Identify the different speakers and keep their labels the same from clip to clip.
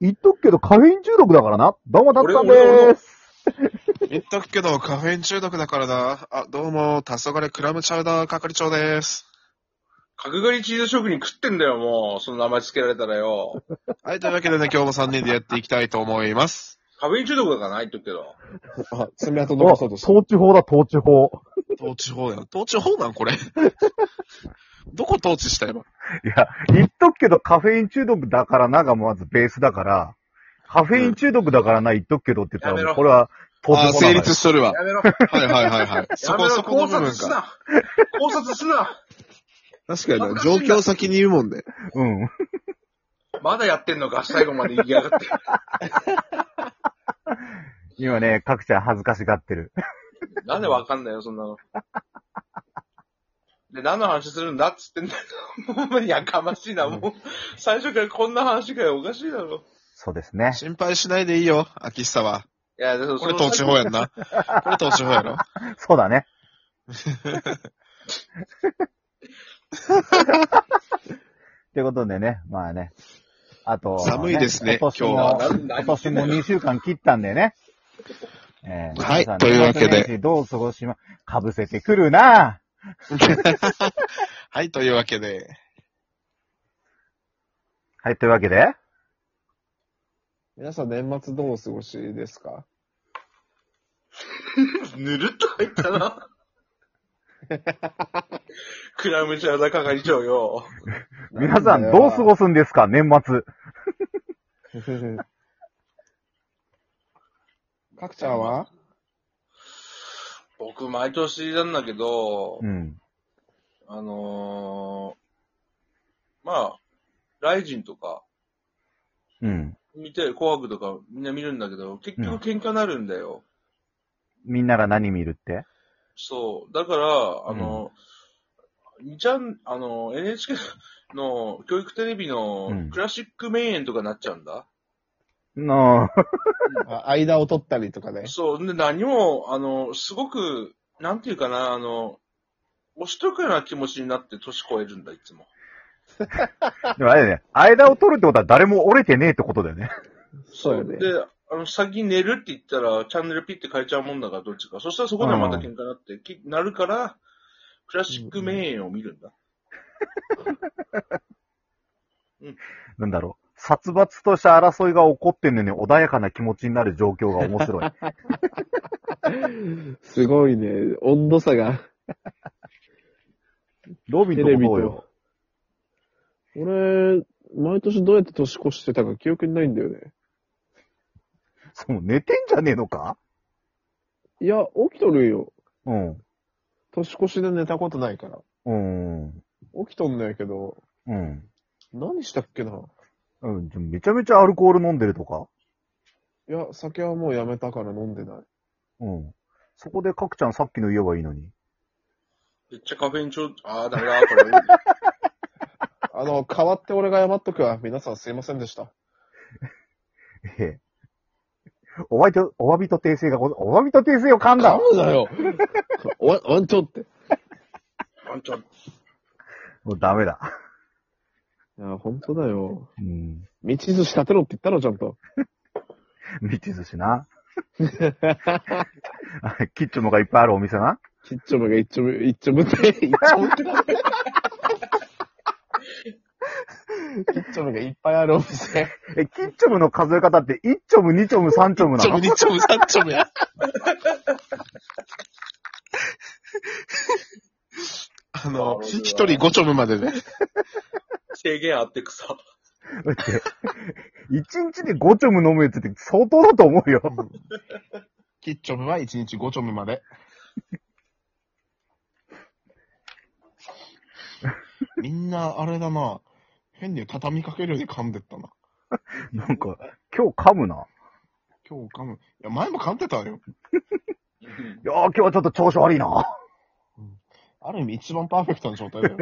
Speaker 1: 言っとくけど、カフェイン中毒だからな。どうも、たったんでーす。
Speaker 2: 言っとくけど、カフェイン中毒だからな。あ、どうも、黄昏クラムチャウダー係長です。
Speaker 3: 角刈りチーズ職人食ってんだよ、もう。その名前つけられたらよ。
Speaker 2: はい、というわけでね、今日も3人でやっていきたいと思います。
Speaker 3: カフェイン中毒だからな、言っとくけど。
Speaker 4: あ、爪痕
Speaker 1: お
Speaker 4: 残そうとした。
Speaker 1: 統治法だ、統治法。
Speaker 2: 統治法や。統治法なんこれ。 どこ統治した今。
Speaker 1: いや、言っとくけど、カフェイン中毒だからながまずベースだから、カフェイン中毒だからな言っとくけどって言ったら、
Speaker 3: やめろ
Speaker 1: もうこれは統
Speaker 2: あ
Speaker 1: 治
Speaker 2: ー、成
Speaker 1: 法だから
Speaker 2: 立しとるわ。
Speaker 3: やめろ。
Speaker 2: はいはいはいはい。そ
Speaker 3: や
Speaker 2: こ
Speaker 3: めろ、
Speaker 2: そこの
Speaker 3: 考
Speaker 2: 部
Speaker 3: 察
Speaker 2: 分
Speaker 3: す
Speaker 2: か。
Speaker 3: な。考察すな。
Speaker 2: 確か
Speaker 3: 恥
Speaker 2: にな、状
Speaker 3: ずかしいな
Speaker 2: 況先に言うもんね。
Speaker 1: うん。
Speaker 3: まだやってんのか、最後まで言いやがって。
Speaker 1: 今ね、各社恥ずかしがってる。
Speaker 3: なんでわかんないよ、そんなの。で、何の話するんだっつってんだよ。もう、やかましいな、もう。最初からこんな話がおかしいだろ。
Speaker 1: そうですね。
Speaker 2: 心配しないでいいよ、秋久は。
Speaker 3: いや、でも
Speaker 2: これ統治法やんな。これ統治法やろ。
Speaker 1: そうだね。ということでね、まあね。あと、
Speaker 2: 寒いですね
Speaker 1: 今年の
Speaker 2: 今日は
Speaker 3: 何何
Speaker 1: 今年も2週間切ったんでね。えー
Speaker 2: はい
Speaker 1: 皆さん
Speaker 2: というわけで
Speaker 1: 年末年始どう過ごしま、かぶせてくるな
Speaker 2: はい、というわけで。
Speaker 1: はい、というわけで、
Speaker 4: 皆さん年末どうお過ごしですか
Speaker 3: ぬるっと入った な。クラムチャウダー係長よ。
Speaker 1: 皆さんどう過ごすんですか年末。
Speaker 4: すかくちゃんは
Speaker 3: 僕、毎年なんだけど、
Speaker 1: うん。
Speaker 3: あのー、まあ、ライジンとか、
Speaker 1: うん。
Speaker 3: 見て、紅白とかみんな見るんだけど、結
Speaker 1: うん
Speaker 3: 局喧嘩になるんだよ。
Speaker 1: みんなが何見るって
Speaker 3: そう。だから、あの、二ちゃん、あの、NHK の教育テレビ
Speaker 1: う
Speaker 3: の
Speaker 1: ん
Speaker 3: クラシック名演とかなっちゃうんだ。
Speaker 1: の、
Speaker 4: あ間を取ったりとかね。
Speaker 3: そう。で、何も、あの、すごく、なんていうかな、あの、おしとくような気持ちになって年越えるんだ、いつも。
Speaker 1: でもあれだよね、間を取るってことは誰も折れてねえってことだよね。
Speaker 4: そうよね
Speaker 3: で、あの、先に寝るって言ったら、チャンネルピッて変えちゃうもんだから、どっちか。そしたらそこでまた喧嘩になって、きなるから、クラシック名演を見るんだ。
Speaker 1: なんだろう。殺伐とした争いが起こってんのに穏やかな気持ちになる状況が面白い。
Speaker 4: すごいね、温度差が。
Speaker 1: ロビンともどうよ。
Speaker 4: 俺、毎年どうやって年越してたか記憶にないんだよね。
Speaker 1: そう、寝てんじゃねえのか
Speaker 4: いや、起きとるんよ。
Speaker 1: うん。
Speaker 4: 年越しで寝たことないから。
Speaker 1: うん。
Speaker 4: 起きとんねやけど、
Speaker 1: うん。
Speaker 4: 何したっけな
Speaker 1: うん、じゃめちゃめちゃアルコール飲んでるとか
Speaker 4: いや、酒はもうやめたから飲んでない。
Speaker 1: うん。そこでかくちゃんさっきの言えばいいのに。
Speaker 3: めっちゃカフェインちょ、ああ、ダメ だ、これ。
Speaker 4: あの、代わって俺が謝っとくわ。皆さんすいませんでした。
Speaker 1: ええ。お詫びと、お詫びと訂正がござ、お詫びと訂正を噛んだ
Speaker 4: むな よワン、ワンチョンって。
Speaker 3: あんちゃん
Speaker 1: もうダメだ。
Speaker 4: いや、本当だよ。
Speaker 1: うん。
Speaker 4: 道寿司立てろって言ったろ、ちゃんと。
Speaker 1: 道寿司な。 あキッチョムがいっぱいあるお店な。
Speaker 4: キッチョムが一丁目、一丁目って、一丁目ってなんだよキッチョムがいっぱいあるお店。
Speaker 1: え、キッチョムの数え方って、1チョム、2チョム、3チョムな
Speaker 2: チョム、
Speaker 1: の
Speaker 2: 2チョム、3チョムや。あの、一人5チョムまでで。
Speaker 3: 制限あってくさ。
Speaker 1: だって、1日で5チョム飲むやつって相当だと思うよ。
Speaker 2: キッチョムは1日5チョムまで。みんな、あれだな。変に畳みかけるように噛んでったな。
Speaker 1: なんか、今日噛むな。
Speaker 2: 今日噛む。いや、前も噛んでたよ。
Speaker 1: いやー今日はちょっと調子悪いな。
Speaker 2: ある意味一番パーフェクトな状態だよ。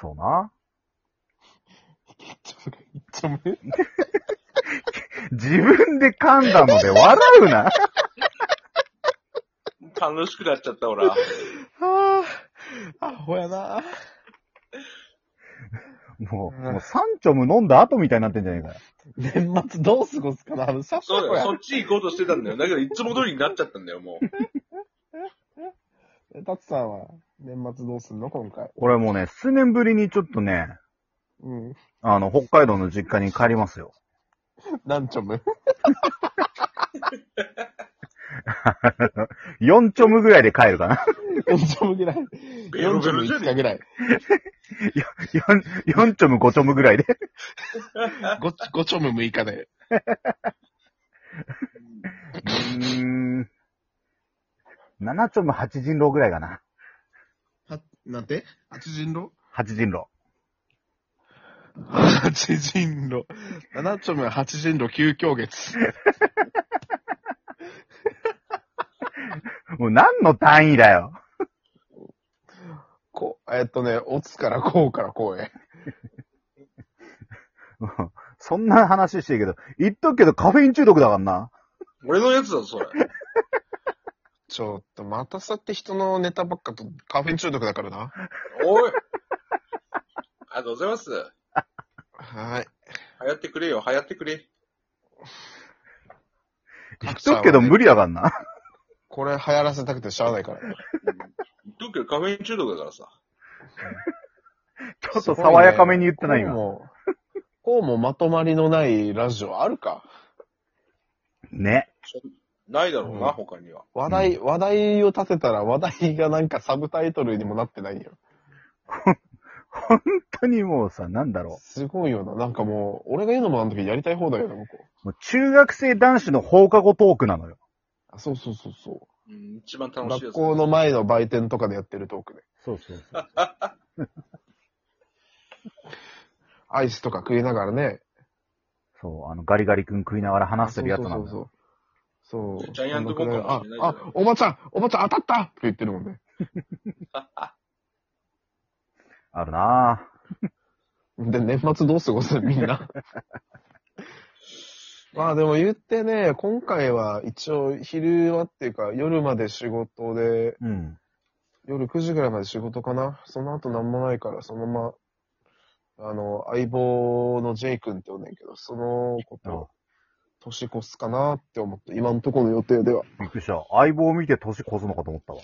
Speaker 1: そうな。
Speaker 2: キッチョムが一丁目。
Speaker 1: 自分で噛んだので笑う な。
Speaker 3: 楽しくなっちゃった、ほら。
Speaker 2: ああ、アホやな。
Speaker 1: もう、
Speaker 4: うん
Speaker 1: もうサンチョム飲んだ後みたいになってんじゃねえかよ。
Speaker 4: 年末どう過ごすかなあの、シャッ
Speaker 3: そうだよ、そ
Speaker 4: フ
Speaker 3: っち行こうとしてたんだよ。だけど、いつも通りになっちゃったんだよ、も う。
Speaker 4: や。タツさんは、年末どうすんの今回。
Speaker 1: 俺もうね、数年ぶりにちょっとね、
Speaker 4: うん。
Speaker 1: あの、北海道の実家に帰りますよ。
Speaker 4: なんちょむ。
Speaker 1: 4チョムぐらいで帰るかな。
Speaker 4: なんちょむぐらい。
Speaker 3: ベロベロじゃ
Speaker 4: 45
Speaker 3: ね
Speaker 4: 日ぐらい。
Speaker 1: 4, 4チョム5チョムぐらいで。
Speaker 4: ご、ごちょむ6日で。
Speaker 1: うーん。7チョム8人狼ぐらいかな。
Speaker 4: は、なんて
Speaker 2: 八人狼
Speaker 1: 8人狼。
Speaker 4: 八人路。七丁目八人路九狂月。
Speaker 1: もう何の単位だよ。
Speaker 4: こ、えっとね、おつからこうからこうへ。
Speaker 1: もう そんな話してるけど、言っとくけどカフェイン中毒だからな。
Speaker 3: 俺のやつだぞ、それ。
Speaker 4: ちょっと、またさって人のネタばっかとカフェイン中毒だからな。
Speaker 3: おい。ありがとうございます。
Speaker 4: はい。
Speaker 3: 流行ってくれよ、流行ってくれ。
Speaker 1: 言っとくけど無理だからな。
Speaker 4: これ流行らせたくてしゃあないから。
Speaker 3: 言っとくけど、カフェイン中毒だからさ。
Speaker 1: ちょっと爽やかめに言ってない今。
Speaker 4: こうも、こうもまとまりのないラジオあるか。
Speaker 1: ね。
Speaker 3: ないだろうな、
Speaker 4: うん
Speaker 3: 他には。
Speaker 4: 話題、話題を立てたら話題がなんかサブタイトルにもなってないよ。
Speaker 1: 本当にもうさ、なんだろ
Speaker 4: すごいよな。なんかもう、俺が言うのもなんだけどやりたい放題よな、向こう。
Speaker 1: う。もう中学生男子の放課後トークなのよ。
Speaker 4: あそうそうそうそう。
Speaker 3: うん、一番楽しい
Speaker 4: 学
Speaker 3: やつ。
Speaker 4: 校の前の売店とかでやってるトークで。
Speaker 1: そうそう
Speaker 4: アイスとか食いながらね。
Speaker 1: そう、あの、ガリガリ君食いながら話してるやつな
Speaker 4: そ
Speaker 1: ん
Speaker 4: う
Speaker 1: だ
Speaker 4: そ
Speaker 1: よ。
Speaker 4: うそう。そう。
Speaker 3: ジャイアントボンカーかもしれないじゃ
Speaker 4: あ
Speaker 3: ない、
Speaker 4: あ、おばちゃん、おばちゃん当たったって言ってるもんね。
Speaker 1: あるなぁ。
Speaker 4: で、年末どう過 ごすみんな。まあでも言ってね、今回は一応昼はっていうか夜まで仕事で、
Speaker 1: うん。
Speaker 4: 夜9時ぐらいまで仕事かな。その後なんもないから、そのまま、あの、相棒の J 君って呼んねんけど、その子と年越すかなって思って、今のところの予定では。
Speaker 1: びっくりした。相棒を見て年越すのかと思ったわ。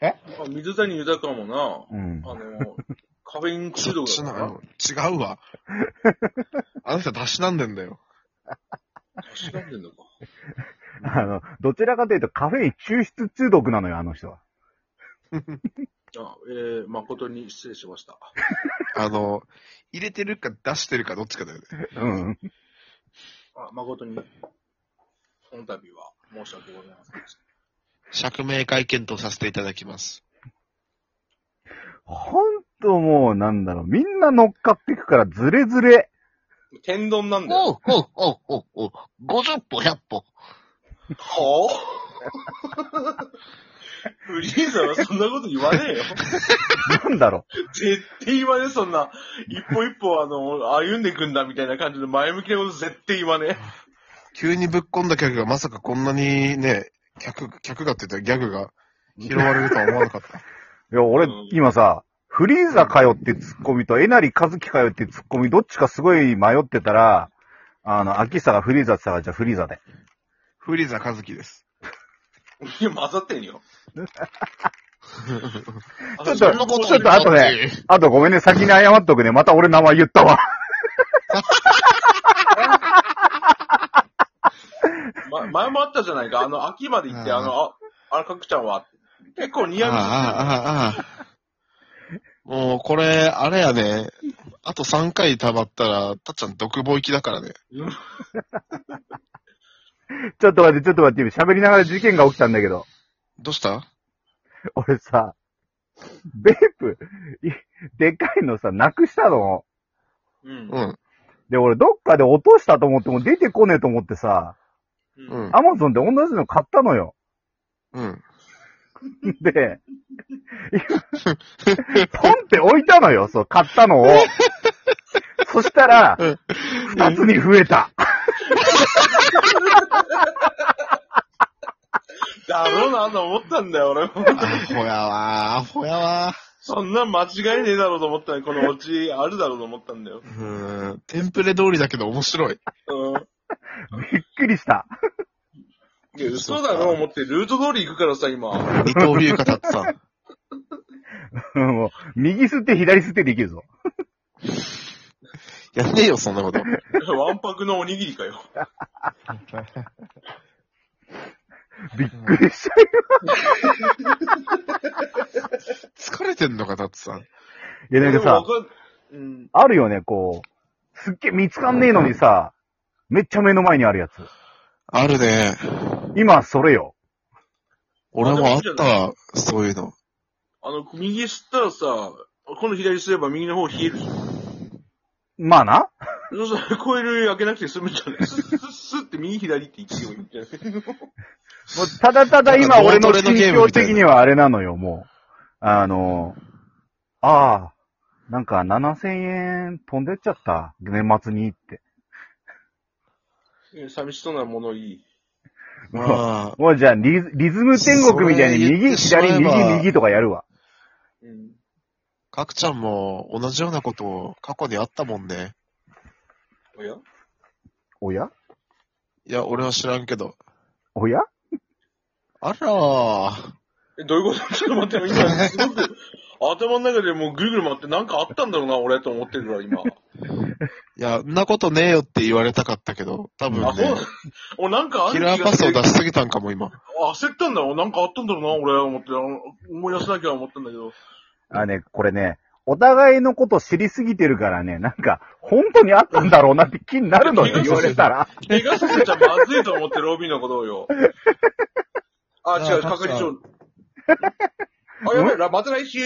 Speaker 3: あ水谷豊かもな、
Speaker 1: うん。
Speaker 3: あの、カフェイン中毒
Speaker 2: そ
Speaker 3: だ
Speaker 2: っち
Speaker 3: か
Speaker 2: なの。違
Speaker 3: らな
Speaker 2: う わ。あの人たしなんでんだよ。
Speaker 3: 確かにんのか。
Speaker 1: あの、どちらかというとカフェイン抽出中毒なのよ、あの人は。
Speaker 3: あ、えー、誠に失礼しました。
Speaker 2: あの、入れてるか出してるかどっちかだよね。
Speaker 1: うん。
Speaker 3: あ、誠に、この度は申し訳ございませんでした。
Speaker 2: 釈明会見とさせていただきます。
Speaker 1: ほんともう、なんだろう、みんな乗っかってくからずれずれ。
Speaker 3: 天丼なんだよ。
Speaker 2: うおうおうおうおう。50歩100歩。
Speaker 3: はぁフリーザはそんなこと言わね えよ。
Speaker 1: なんだろ
Speaker 3: 絶対言わねえ、そんな。一歩一歩、あの、歩んでいくんだみたいな感じで前向きなこと絶対言わねえ。
Speaker 2: 急にぶっ込んだ客がまさかこんなにね、客、客がって言ったらギャグが拾われるとは思わなか った。
Speaker 1: う。いや、俺、今さ、フリーザかよってツッコミと、えなりかずきかよってツッコミ、どっちかすごい迷ってたら、あの、秋さがフリーザって言ったから、じゃあフリーザで。
Speaker 2: フリーザ和樹です。
Speaker 3: いや、混ざってん よ。
Speaker 1: ちょっと、ちょっと後ね、あとごめんね、先に謝っとくね。また俺名前言ったわ。
Speaker 3: ま、前もあったじゃないか。あの、秋まで行って、
Speaker 2: うん
Speaker 3: あの、あ、あれ、かくちゃんは、結構ニ
Speaker 2: あ
Speaker 3: ヤ
Speaker 2: あ、
Speaker 3: ミスしてる
Speaker 2: ああ、ああ。もう、これ、あれやね。あと3回溜まったら、たっちゃん独房行きだからね。
Speaker 1: ちょっと待って、ちょっと待って、今喋りながら事件が起きたんだけど。
Speaker 2: どうした
Speaker 1: 俺さ、ベープ、いでっかいのさ、なくしたの。
Speaker 3: うん
Speaker 2: う。ん、
Speaker 1: で、俺どっかで落としたと思っても出てこねえと思ってさ、
Speaker 2: う
Speaker 3: うん。
Speaker 2: ん、
Speaker 1: アマゾンで同じの買ったのよ。
Speaker 2: うん。
Speaker 1: で、ポンって置いたのよ、そう、買ったのを。そしたら、二つに増えた。
Speaker 3: だろうなと思ったんだよ、俺も。
Speaker 4: アホやわ、アホやわ。
Speaker 3: そんなん間違いねえだろうと思ったね。このオチあるだろうと思ったんだよ
Speaker 4: う。ーん、テンプレ通りだけど面白い。
Speaker 3: うん。
Speaker 1: びっくりした。
Speaker 3: いや、嘘だろ、思って、ルート通り行くからさ、今。
Speaker 4: 二刀流語ってた。
Speaker 1: もう、右吸って左吸ってできるぞ。
Speaker 4: やんねえよ、そんなこと。
Speaker 3: ワンパクのおにぎりかよ。
Speaker 1: びっくりした。い
Speaker 4: 疲れてんのか、タッツさん。
Speaker 1: や、なんか
Speaker 3: でも
Speaker 1: さ
Speaker 3: わ、かんうん。
Speaker 1: あるよね、こう。すっげえ見つかんねえのにさ、めっちゃ目の前にあるやつ。
Speaker 4: あるね。
Speaker 1: 今、それよ。
Speaker 4: 俺もあったわ、そういうの。
Speaker 3: あの、右吸ったらさ、今度左すれば右の方冷えるじゃん。
Speaker 1: まあな。
Speaker 3: そうそう、コイル開けなくて済むじゃない。スッスッスッって右左って言ってよ、みたいな。
Speaker 1: もうただただ今、
Speaker 4: なんか
Speaker 1: 俺の
Speaker 4: 脳トレの
Speaker 1: 心
Speaker 4: ゲーム
Speaker 1: 境
Speaker 4: みたいな
Speaker 1: 的にはあれなのよ、もう。あの、ああ、なんか7000円飛んでっちゃった。年末にって。
Speaker 3: いや寂しそうなものいい。
Speaker 1: も
Speaker 4: まあ、
Speaker 1: う、もうじゃあリズ、リズム天国みたいに
Speaker 4: それ言
Speaker 1: 右、
Speaker 4: ってしまえ
Speaker 1: 左、
Speaker 4: ば
Speaker 1: 右、右とかやるわ。
Speaker 3: うん。
Speaker 4: かくちゃんも同じようなことを過去にあったもんね。
Speaker 3: おや
Speaker 1: おや
Speaker 4: いや、俺は知らんけど。
Speaker 1: おや
Speaker 4: あらー。
Speaker 3: え、どういうことちょっと待って、今、すごく、頭の中でもうぐるぐる回って、なんかあったんだろうな、俺、と思ってるから、今。
Speaker 4: いや、んなことねえよって言われたかったけど、多分
Speaker 3: あ、ほ
Speaker 4: ね
Speaker 3: う、お、なんかあ
Speaker 4: キ
Speaker 3: る
Speaker 4: ラーパスを出
Speaker 3: て
Speaker 4: しすぎたんかも、今。
Speaker 3: 焦ったんだよ。なんかあったんだろうな、俺、思って。あの思い出さなきゃ思ったんだ けど。
Speaker 1: あね、これね、お互いのこと知りすぎてるからね、なんか、本当にあったんだろうなって気になるのよ、言われたら。
Speaker 3: 怪我させちゃまずいと思って、ロビーのことを よ。あ、違う、
Speaker 4: あ
Speaker 3: 係
Speaker 4: 確か
Speaker 3: 長。あ、やべえ、らまた来週。